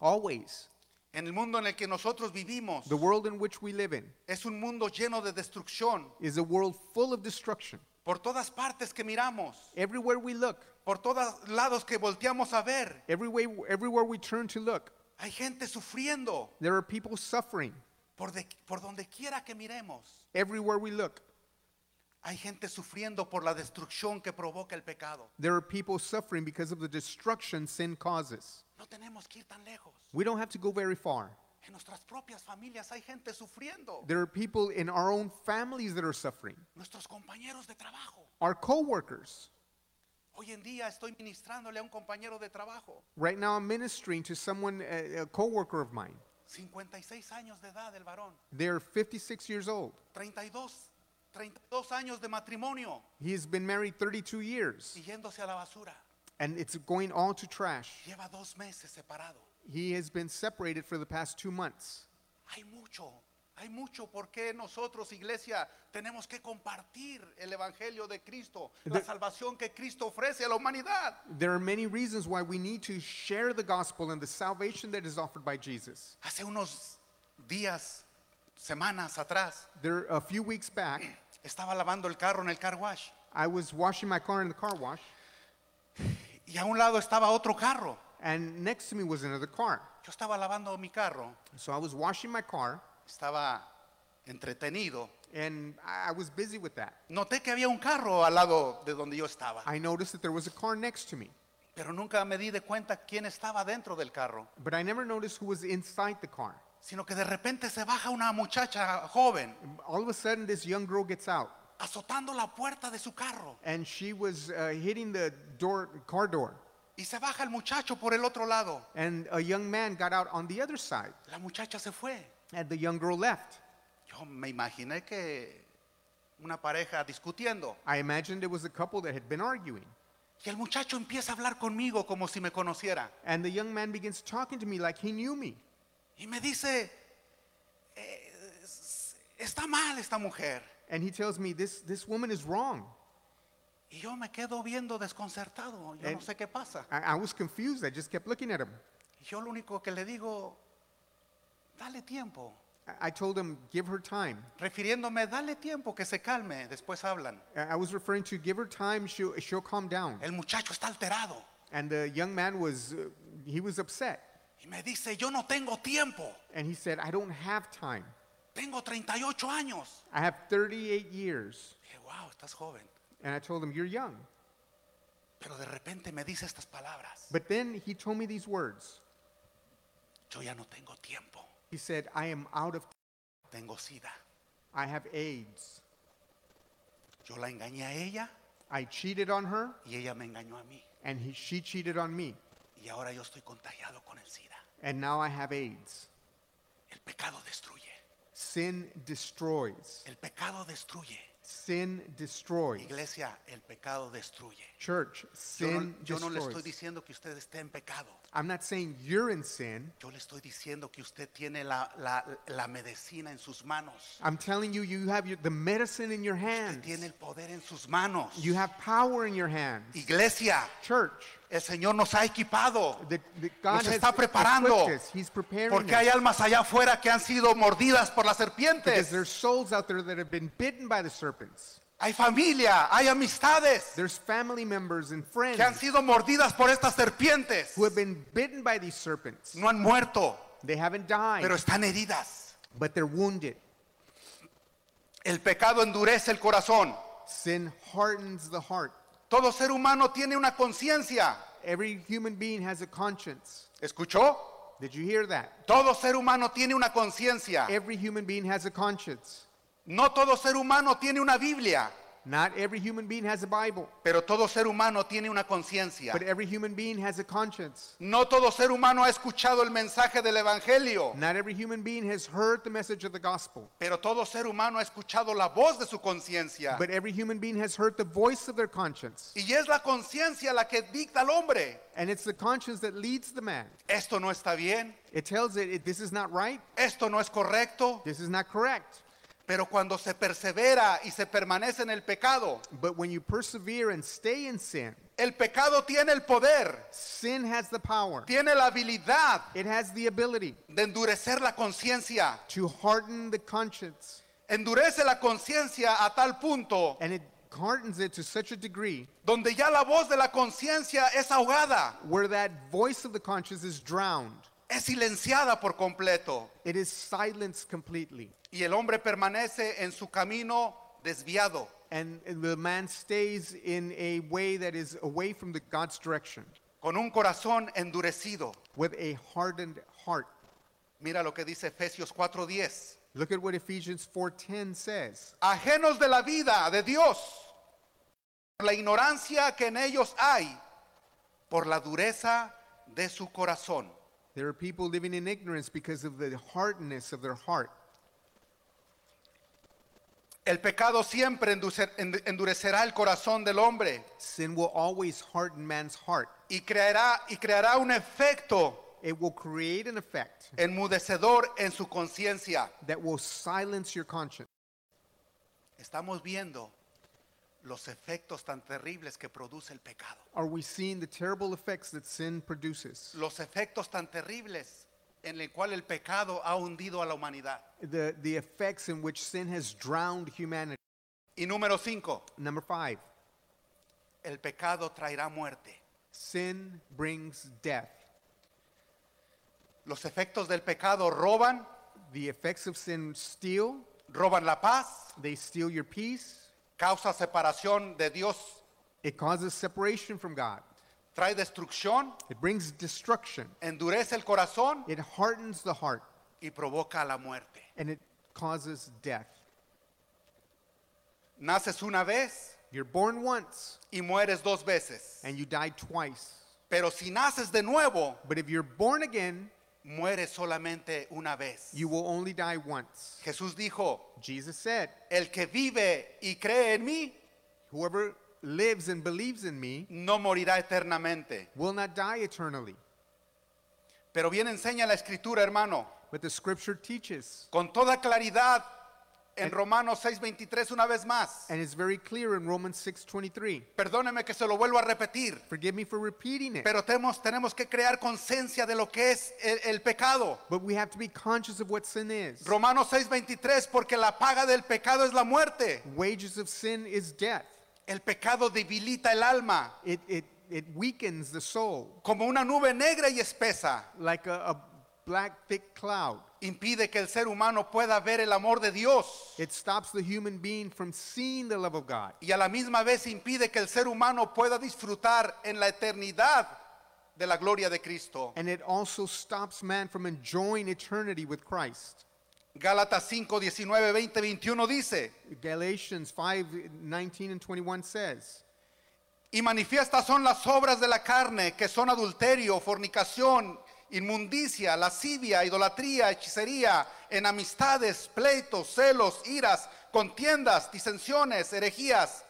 S3: Always.
S2: En el mundo en el que nosotros vivimos,
S3: The world in which we live in
S2: es un mundo lleno de destrucción.
S3: is a world full of destruction.
S2: Por todas partes que miramos,
S3: Everywhere we look,
S2: por todos lados que volteamos a ver,
S3: every way, everywhere we turn to look,
S2: hay gente sufriendo
S3: there are people suffering.
S2: por, de- por donde quiera que miremos.
S3: Everywhere we look,
S2: Hay gente sufriendo por la destrucción que provoca el pecado.
S3: there are people suffering because of the destruction sin causes.
S2: No tenemos que ir tan lejos.
S3: We don't have to go very far.
S2: En nuestras propias familias hay gente sufriendo.
S3: There are people in our own families that are suffering,
S2: Nuestros compañeros de trabajo.
S3: our coworkers.
S2: Hoy en día estoy ministrándole a un compañero de trabajo,
S3: Right now, I'm ministering to someone, a, a coworker of mine.
S2: 56 años de edad el varón,
S3: They're 56 years old.
S2: 32, 32 años de matrimonio
S3: He's been married 32 years,
S2: y yéndose a la basura.
S3: and it's going all to trash.
S2: Lleva dos meses separado.
S3: He has been separated for the past two months.
S2: Hay mucho, hay mucho por qué nosotros, iglesia, tenemos que compartir el Evangelio de Cristo, la
S3: The-
S2: salvación que Cristo ofrece a la humanidad.
S3: There are many reasons why we need to share the gospel and the salvation that is offered by Jesus.
S2: Hace unos días, semanas atrás,
S3: There, a few weeks back,
S2: estaba lavando el carro en el car wash
S3: I was washing my car in the car wash,
S2: y a un lado estaba otro carro.
S3: and next to me was another car.
S2: Yo estaba lavando mi carro
S3: So I was washing my car,
S2: estaba entretenido,
S3: and I I was busy with that.
S2: noté que había un carro al lado de donde yo estaba,
S3: I noticed that there was a car next to me,
S2: pero nunca me di de cuenta quién estaba dentro del carro,
S3: but I never noticed who was inside the car.
S2: sino que de repente se baja una muchacha joven
S3: All of a sudden, this young girl gets out,
S2: azotando la puerta de su carro
S3: and she was uh, hitting the door, car door,
S2: y se baja el muchacho por el otro lado.
S3: and a young man got out on the other side,
S2: La muchacha se fue.
S3: and the young girl left.
S2: Yo me imaginé que una pareja discutiendo
S3: I imagined it was a couple that had been arguing,
S2: y el muchacho empieza a hablar conmigo como si me conociera
S3: and the young man begins talking to me like he knew me,
S2: y me dice, "Eh, s- está mal esta mujer.
S3: and he tells me this this woman is wrong.
S2: Y yo me quedo viendo desconcertado, yo no
S3: En-
S2: sé qué pasa.
S3: I, I was confused. I just kept looking at him.
S2: Y Yo lo único que le digo, dale tiempo,
S3: I, I told him, give her time.
S2: refiriéndome, dale tiempo que se calme, después hablan.
S3: I, I was referring to give her time. She'll she'll calm down.
S2: El muchacho está alterado
S3: And the young man was uh, he was upset,
S2: y me dice, yo no tengo tiempo,
S3: and he said, I don't have time.
S2: tengo 38 años.
S3: I have 38 years.
S2: Dije, wow, estás joven.
S3: And I told him, You're young.
S2: Pero de repente me dice estas palabras,
S3: But then he told me these words.
S2: yo ya no tengo tiempo,
S3: He said, I am out of,
S2: tengo sida.
S3: I have AIDS.
S2: Yo la engañé a ella
S3: I cheated on her,
S2: y ella me engañó a mí.
S3: and he, she cheated on me.
S2: Y ahora yo estoy contagiado con el SIDA.
S3: And now I have AIDS.
S2: El pecado destruye.
S3: Sin destroys.
S2: El pecado destruye.
S3: Sin destroys.
S2: Iglesia, el pecado destruye.
S3: Church,
S2: Yo
S3: sin
S2: no, yo no le estoy
S3: destroys.
S2: diciendo que usted esté en pecado.
S3: I'm not saying you're in sin.
S2: Yo le estoy diciendo que usted tiene la, la- la medicina en sus manos.
S3: I'm telling you, you have your, the medicine in your
S2: Usted
S3: hands.
S2: tiene el poder en sus manos.
S3: You have power in your hands.
S2: Iglesia,
S3: Church,
S2: el Señor nos ha equipado.
S3: the, the God
S2: Nos
S3: has
S2: está preparando.
S3: equipped us. He's preparing
S2: Porque
S3: us.
S2: hay almas allá afuera que han sido mordidas por las
S3: Because
S2: serpientes.
S3: there's souls out there that have been bitten by the serpents.
S2: Hay familia, hay amistades
S3: There's family members and
S2: que han
S3: friends
S2: sido mordidas por estas serpientes.
S3: who have been bitten by these serpents.
S2: No han muerto,
S3: They haven't died,
S2: pero están heridas.
S3: but they're wounded.
S2: El pecado endurece el corazón.
S3: Sin hardens the heart.
S2: Todo ser humano tiene una conciencia.
S3: Every human being has a conscience.
S2: ¿Escuchó?
S3: Did you hear that?
S2: Todo ser humano tiene una conciencia.
S3: Every human being has a conscience.
S2: No todo ser humano tiene una Biblia,
S3: Not every human being has a Bible,
S2: pero todo ser humano tiene una conciencia.
S3: but every human being has a conscience.
S2: No todo ser humano ha escuchado el mensaje del Evangelio,
S3: Not every human being has heard the message of the gospel,
S2: pero todo ser humano ha escuchado la voz de su conciencia.
S3: but every human being has heard the voice of their conscience.
S2: Y es la conciencia la que dicta al hombre.
S3: And it's the conscience that leads the man.
S2: Esto no está bien,
S3: It tells it, it, this is not right,
S2: esto no es correcto,
S3: this is not correct.
S2: pero cuando se persevera y se permanece en el pecado,
S3: But when you persevere and stay in sin,
S2: el pecado tiene el poder,
S3: sin has the power,
S2: tiene la habilidad
S3: it has the ability
S2: de endurecer la conciencia.
S3: to harden the conscience,
S2: Endurece la conciencia a tal punto
S3: and it hardens it to such a degree
S2: donde ya la voz de la conciencia es ahogada,
S3: where that voice of the conscience is drowned.
S2: es silenciada por completo.
S3: It is silenced completely.
S2: Y el hombre permanece en su camino desviado.
S3: And the man stays in a way that is away from the God's direction
S2: con un corazón endurecido.
S3: with a hardened heart.
S2: Mira lo que dice Efesios 4:10.
S3: Look at what Ephesians 4:10 says.
S2: Ajenos de la vida de Dios, por la ignorancia que en ellos hay, por la dureza de su corazón.
S3: There are people living in ignorance because of the hardness of their heart.
S2: El pecado siempre enduce- en- endurecerá el corazón del hombre
S3: Sin will always harden man's heart.
S2: y creará, y creará un efecto
S3: It will create an effect
S2: enmudecedor en su conciencia.
S3: that will silence your conscience.
S2: Estamos viendo los efectos tan terribles que produce el pecado.
S3: Are we seeing the terrible effects that sin produces?
S2: los efectos tan terribles en el cual el pecado ha hundido a la humanidad.
S3: The, the effects in which sin has drowned humanity.
S2: Y número cinco,
S3: Number five,
S2: el pecado traerá muerte.
S3: sin brings death.
S2: Los efectos del pecado roban,
S3: The effects of sin steal,
S2: roban la paz,
S3: they steal your peace,
S2: causa separación de Dios,
S3: it causes separation from God,
S2: trae destrucción,
S3: it brings destruction,
S2: endurece el corazón
S3: it hardens the heart,
S2: y provoca la muerte.
S3: and it causes death.
S2: Naces una vez
S3: You're born once
S2: y mueres dos veces.
S3: and you die twice.
S2: Pero si naces de nuevo,
S3: But if you're born again,
S2: mueres solamente una vez.
S3: you will only die once.
S2: Jesús dijo,
S3: Jesus said,
S2: el que vive y cree en mí,
S3: Whoever lives and believes in me
S2: no morirá eternamente.
S3: will not die eternally.
S2: Pero bien enseña la escritura, hermano,
S3: But the scripture teaches,
S2: con toda claridad en
S3: En-
S2: Romanos 6:23 una vez más.
S3: and it's very clear in Romans 6:23.
S2: Perdóneme que se lo vuelvo a repetir,
S3: Forgive me for repeating it.
S2: pero tenemos, tenemos que crear conciencia de lo que es el, el pecado.
S3: But we have to be conscious of what sin is.
S2: Romanos 6:23, porque la paga del pecado es la muerte.
S3: Wages of sin is death.
S2: El pecado debilita el alma
S3: It, it, it weakens the soul
S2: como una nube negra y espesa.
S3: like a, a black, thick cloud.
S2: Impide que el ser humano pueda ver el amor de Dios
S3: It stops the human being from seeing the love of God.
S2: y a la misma vez impide que el ser humano pueda disfrutar en la eternidad de la gloria de Cristo.
S3: And it also stops man from enjoying eternity with Christ.
S2: Gálatas 5, 19, 20, 21 dice,
S3: Galatians 5 19 and 21 says,
S2: Y manifiestas son las obras de la carne, que son adulterio, fornicación, inmundicia, lascivia, idolatría, hechicería, enemistades, pleitos, celos, iras, contiendas, disensiones, herejías,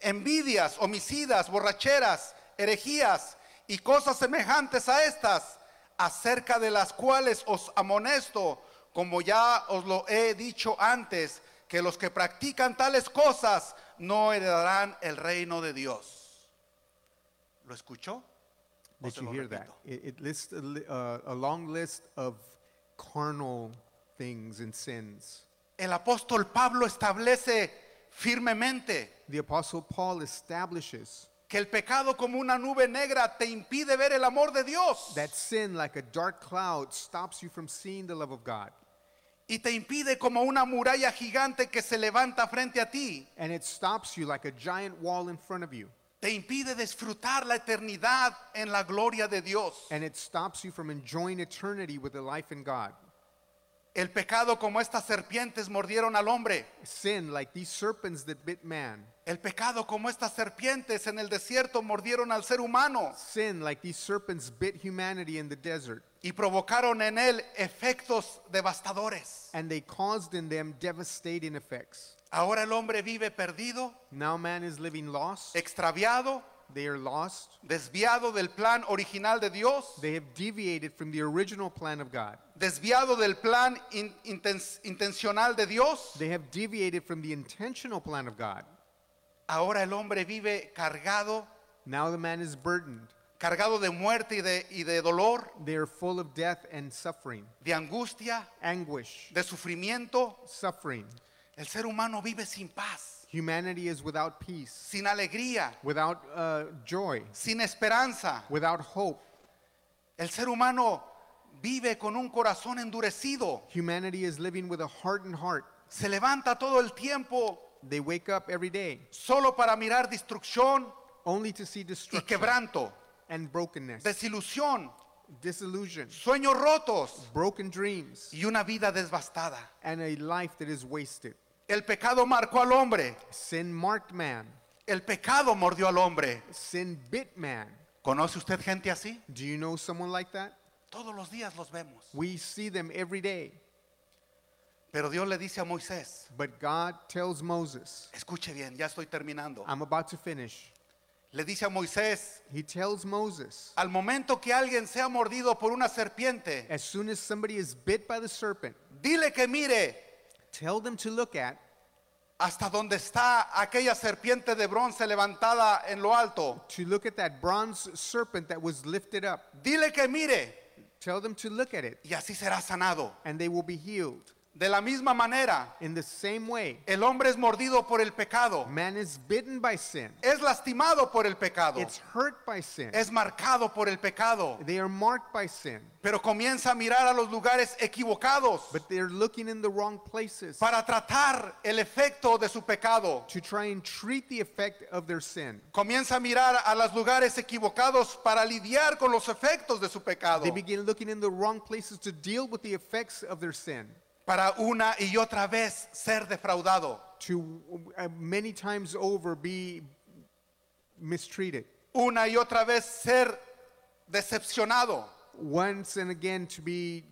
S2: envidias, homicidas, borracheras, herejías y cosas semejantes a estas, acerca de las cuales os amonesto, como ya os lo he dicho antes, que los que practican tales cosas no heredarán el reino de Dios. ¿Lo escuchó? ¿O
S3: Did
S2: se
S3: you
S2: lo
S3: hear that?
S2: repito?
S3: It, it lists a, li- uh, a long list of carnal things and sins.
S2: El apóstol Pablo establece firmemente
S3: The Apostle Paul establishes
S2: que el pecado como una nube negra te impide ver el amor de Dios
S3: that sin, like a dark cloud, stops you from seeing the love of God.
S2: y te impide como una muralla gigante que se levanta frente a ti,
S3: And it stops you like a giant wall in front of you.
S2: te impide disfrutar la eternidad en la gloria de Dios.
S3: And it stops you from enjoying eternity with the life in God.
S2: El pecado como estas serpientes mordieron al hombre,
S3: Sin, like these serpents that bit man.
S2: el pecado como estas serpientes en el desierto mordieron al ser humano
S3: Sin, like these serpents bit humanity in the desert.
S2: y provocaron en él efectos devastadores.
S3: And they caused in them devastating effects.
S2: Ahora el hombre vive perdido,
S3: Now man is living lost.
S2: extraviado,
S3: They are lost.
S2: desviado del plan original de Dios.
S3: They have deviated from the original plan of God.
S2: desviado del plan in- inten- intencional de Dios,
S3: They have deviated from the intentional plan of God.
S2: ahora el hombre vive cargado,
S3: Now the man is burdened.
S2: cargado de muerte y de, y de dolor,
S3: They are full of death and suffering,
S2: de angustia,
S3: anguish,
S2: de sufrimiento.
S3: suffering.
S2: El ser humano vive sin paz,
S3: Humanity is without peace,
S2: sin alegría,
S3: without uh, joy,
S2: sin esperanza.
S3: without hope.
S2: El ser humano vive con un corazón endurecido,
S3: Humanity is living with a hardened heart.
S2: se levanta todo el tiempo
S3: They wake up every day
S2: solo para mirar destrucción
S3: only to see
S2: y
S3: destruction
S2: quebranto,
S3: and brokenness,
S2: desilusión,
S3: disillusion,
S2: sueños rotos
S3: broken dreams,
S2: y una vida devastada.
S3: and a life that is wasted.
S2: El pecado marcó al hombre.
S3: Sin marked man.
S2: El pecado mordió al hombre.
S3: Sin bit man.
S2: ¿Conoce usted gente así?
S3: Do you know someone like that?
S2: Todos los días los vemos.
S3: We see them every day.
S2: Pero Dios le dice a Moisés,
S3: But God tells Moses,
S2: escuche bien, ya estoy terminando.
S3: I'm about to finish.
S2: Le dice a Moisés,
S3: He tells Moses,
S2: al momento que alguien sea mordido por una serpiente,
S3: as soon as somebody is bit by the serpent,
S2: dile que mire
S3: tell them to look at
S2: hasta donde está aquella serpiente de bronce levantada en lo alto.
S3: to look at that bronze serpent that was lifted up.
S2: Dile que mire
S3: Tell them to look at it,
S2: y así será sanado.
S3: and they will be healed.
S2: De la misma manera,
S3: In the same way,
S2: el hombre es mordido por el pecado,
S3: man is bitten by sin.
S2: es lastimado por el pecado,
S3: It's hurt by sin.
S2: es marcado por el pecado.
S3: They are marked by sin,
S2: Pero comienza a mirar a los lugares equivocados
S3: but they're looking in the wrong places
S2: para tratar el efecto de su pecado.
S3: to try and treat the effect of their sin.
S2: Comienza a mirar a los lugares equivocados para lidiar con los efectos de su pecado.
S3: They begin looking in the wrong places to deal with the effects of their sin.
S2: Para una y otra vez ser defraudado.
S3: To uh, many times over be mistreated.
S2: Una y otra vez ser decepcionado.
S3: Once and again to be,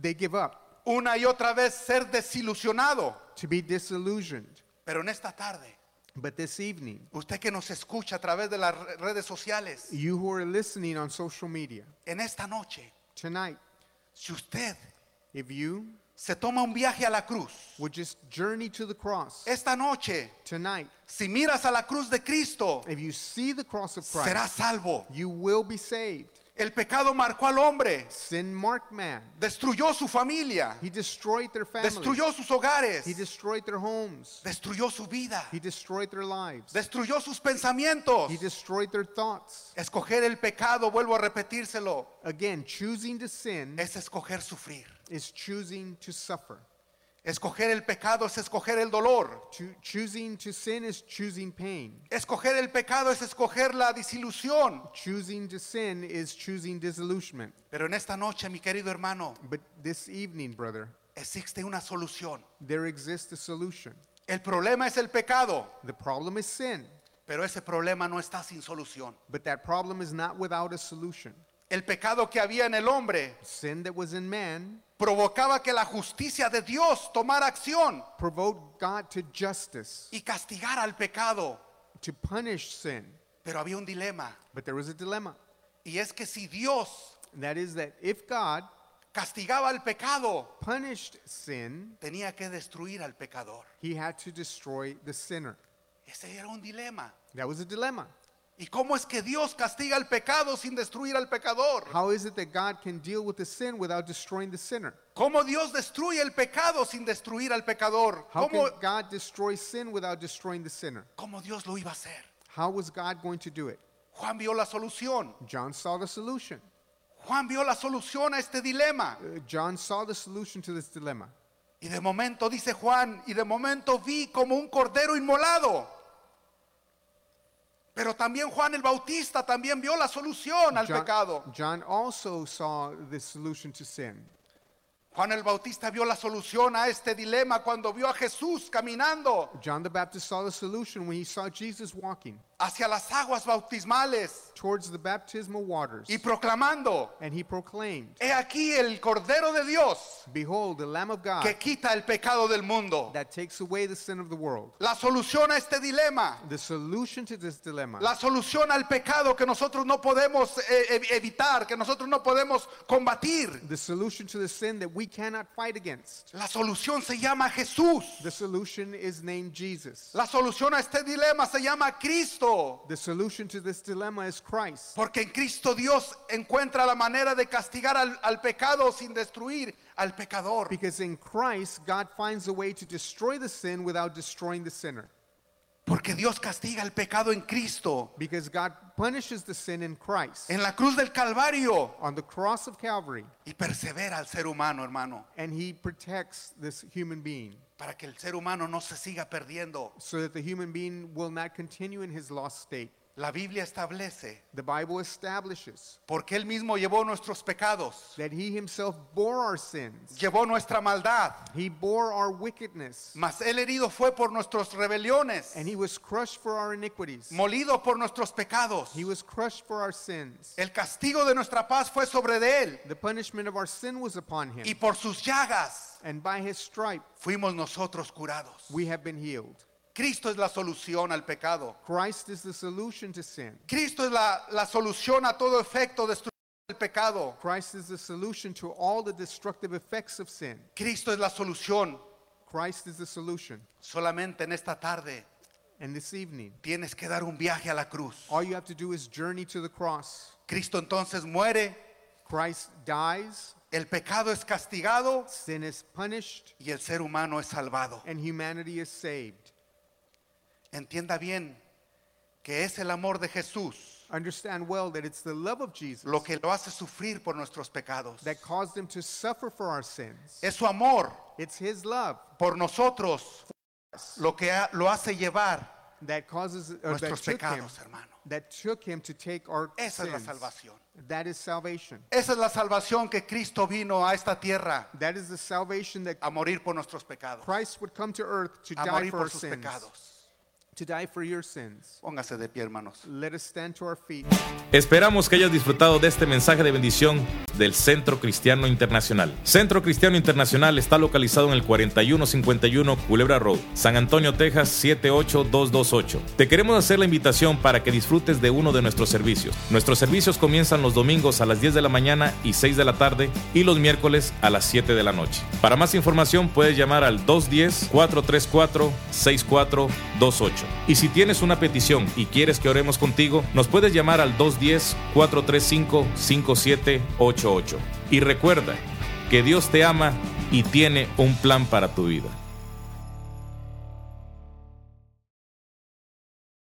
S3: they give up,
S2: Una y otra vez ser desilusionado.
S3: to be disillusioned.
S2: Pero en esta tarde,
S3: But this evening,
S2: usted que nos escucha a través de las re- redes sociales,
S3: you who are listening on social media,
S2: en esta noche,
S3: tonight,
S2: si usted
S3: if you
S2: se toma un viaje a la cruz,
S3: would just journey to the cross
S2: esta noche
S3: tonight,
S2: Si miras a la cruz de Cristo,
S3: if you see the cross of
S2: serás
S3: Christ,
S2: salvo.
S3: you will be saved.
S2: El pecado marcó al hombre,
S3: Sin marked man.
S2: destruyó su familia,
S3: He destroyed their families.
S2: destruyó sus hogares,
S3: He destroyed their homes.
S2: destruyó su vida,
S3: He destroyed their lives.
S2: destruyó sus pensamientos.
S3: He destroyed their thoughts.
S2: Escoger el pecado, vuelvo a repetírselo,
S3: Again, choosing to sin
S2: es escoger sufrir.
S3: is choosing to suffer.
S2: Escoger el pecado es escoger el dolor.
S3: To, choosing to sin is choosing pain.
S2: Escoger el pecado es escoger la desilusión.
S3: Choosing to sin is choosing disillusionment.
S2: Pero en esta noche, mi querido hermano,
S3: But this evening, brother,
S2: existe una solución.
S3: there exists a solution.
S2: El problema es el pecado,
S3: The problem is sin,
S2: Pero ese problema no está sin solución.
S3: But that problem is not without a solution.
S2: El pecado que había en el hombre
S3: Sin that was in man
S2: provocaba que la justicia de Dios tomara acción
S3: provoked God to justice,
S2: y castigara al pecado.
S3: to punish sin.
S2: Pero había un dilema.
S3: But there was a dilemma.
S2: Y es que si Dios
S3: And that is that if God
S2: castigaba al pecado,
S3: punished sin,
S2: tenía que destruir al pecador.
S3: he had to destroy the sinner.
S2: Ese era un dilema.
S3: That was a dilemma.
S2: ¿Y cómo es que Dios castiga el pecado sin destruir al pecador?
S3: How is it that God can deal with the sin without destroying the sinner?
S2: ¿Cómo Dios destruye el pecado sin destruir al pecador?
S3: How
S2: ¿Cómo,
S3: can God destroy sin without destroying the sinner?
S2: cómo Dios lo iba a hacer?
S3: How was God going to do it?
S2: Juan vio la solución.
S3: John saw the solution.
S2: Juan vio la solución a este dilema.
S3: Uh, John saw the solution to this dilemma.
S2: Y de momento, dice Juan, y de momento vi como un cordero inmolado. Pero también Juan el Bautista también vio la solución al pecado.
S3: John, John also saw the solution to sin.
S2: Juan el Bautista vio la solución a este dilema cuando vio a Jesús caminando
S3: John the Baptist saw the solution when he saw Jesus walking
S2: hacia las aguas bautismales
S3: towards the baptismal waters.
S2: y proclamando,
S3: And he proclaimed,
S2: he aquí el Cordero de Dios
S3: Behold, the Lamb of God
S2: que quita el pecado del mundo.
S3: that takes away the sin of the world.
S2: La solución a este dilema,
S3: The solution to this dilemma,
S2: la solución al pecado que nosotros no podemos eh, ev- evitar, que nosotros no podemos combatir.
S3: the solution to the sin that we cannot fight against.
S2: La solución se llama Jesús.
S3: The solution is named Jesus.
S2: La solución a este dilema se llama Cristo.
S3: The solution to this dilemma is Christ.
S2: Porque en Cristo Dios encuentra la manera de castigar al, al pecado sin destruir al pecador.
S3: Because in Christ, God finds a way to destroy the sin without destroying the sinner.
S2: Porque Dios castiga el pecado en Cristo.
S3: Because God punishes the sin in Christ
S2: En la cruz del Calvario.
S3: on the cross of Calvary,
S2: Y persevera al ser humano, hermano.
S3: and He protects this human being
S2: Para que el ser humano no se siga perdiendo.
S3: so that the human being will not continue in his lost state.
S2: La Biblia establece.
S3: The Bible establishes
S2: Porque Él mismo llevó nuestros pecados.
S3: that He Himself bore our sins,
S2: Llevó nuestra maldad.
S3: He bore our wickedness,
S2: Mas Él herido fue por nuestras rebeliones.
S3: and He was crushed for our iniquities,
S2: Molido por nuestros pecados.
S3: He was crushed for our sins.
S2: El castigo de nuestra paz fue sobre de él
S3: The punishment of our sin was upon Him,
S2: y por sus llagas
S3: and by His stripe
S2: fuimos nosotros curados.
S3: we have been healed.
S2: Cristo es la solución al pecado.
S3: Christ is the solution to sin.
S2: Cristo es la, la solución a todo efecto destructivo del pecado.
S3: Christ is the solution to all the destructive effects of sin.
S2: Cristo es la solución.
S3: Christ is the solution.
S2: Solamente en esta tarde
S3: And this evening,
S2: tienes que dar un viaje a la cruz.
S3: all you have to do is journey to the cross.
S2: Cristo entonces muere,
S3: Christ dies,
S2: el pecado es castigado
S3: sin is punished,
S2: y el ser humano es salvado.
S3: and humanity is saved.
S2: Entienda bien que es el amor de Jesús
S3: Understand well that it's the love of Jesus
S2: lo que lo hace sufrir por nuestros pecados.
S3: that caused him to suffer for our sins.
S2: Es su amor
S3: It's his love
S2: por nosotros lo que ha- lo hace llevar
S3: that causes or that
S2: nuestros
S3: took him
S2: pecados, hermano.
S3: that took him to take our
S2: Esa es la
S3: sins.
S2: salvación.
S3: That is salvation.
S2: Esa es la salvación que Cristo vino a esta tierra
S3: That is the salvation that
S2: a morir por nuestros pecados,
S3: Christ would come to earth to
S2: a
S3: die
S2: morir
S3: for our
S2: por sus
S3: sins.
S2: pecados.
S3: to die for your sins.
S2: Póngase de pie, hermanos.
S3: Let us stand to our feet.
S1: Esperamos que hayas disfrutado de este mensaje de bendición del Centro Cristiano Internacional. Centro Cristiano Internacional está localizado en el 4151 Culebra Road, San Antonio, Texas 78228. Te queremos hacer la invitación para que disfrutes de uno de nuestros servicios. Nuestros servicios comienzan los domingos a las 10 de la mañana y 6 de la tarde y los miércoles a las 7 de la noche. Para más información puedes llamar al 210-434-6428. Y si tienes una petición y quieres que oremos contigo, nos puedes llamar al 210-435-5788. Y recuerda que Dios te ama y tiene un plan para tu vida.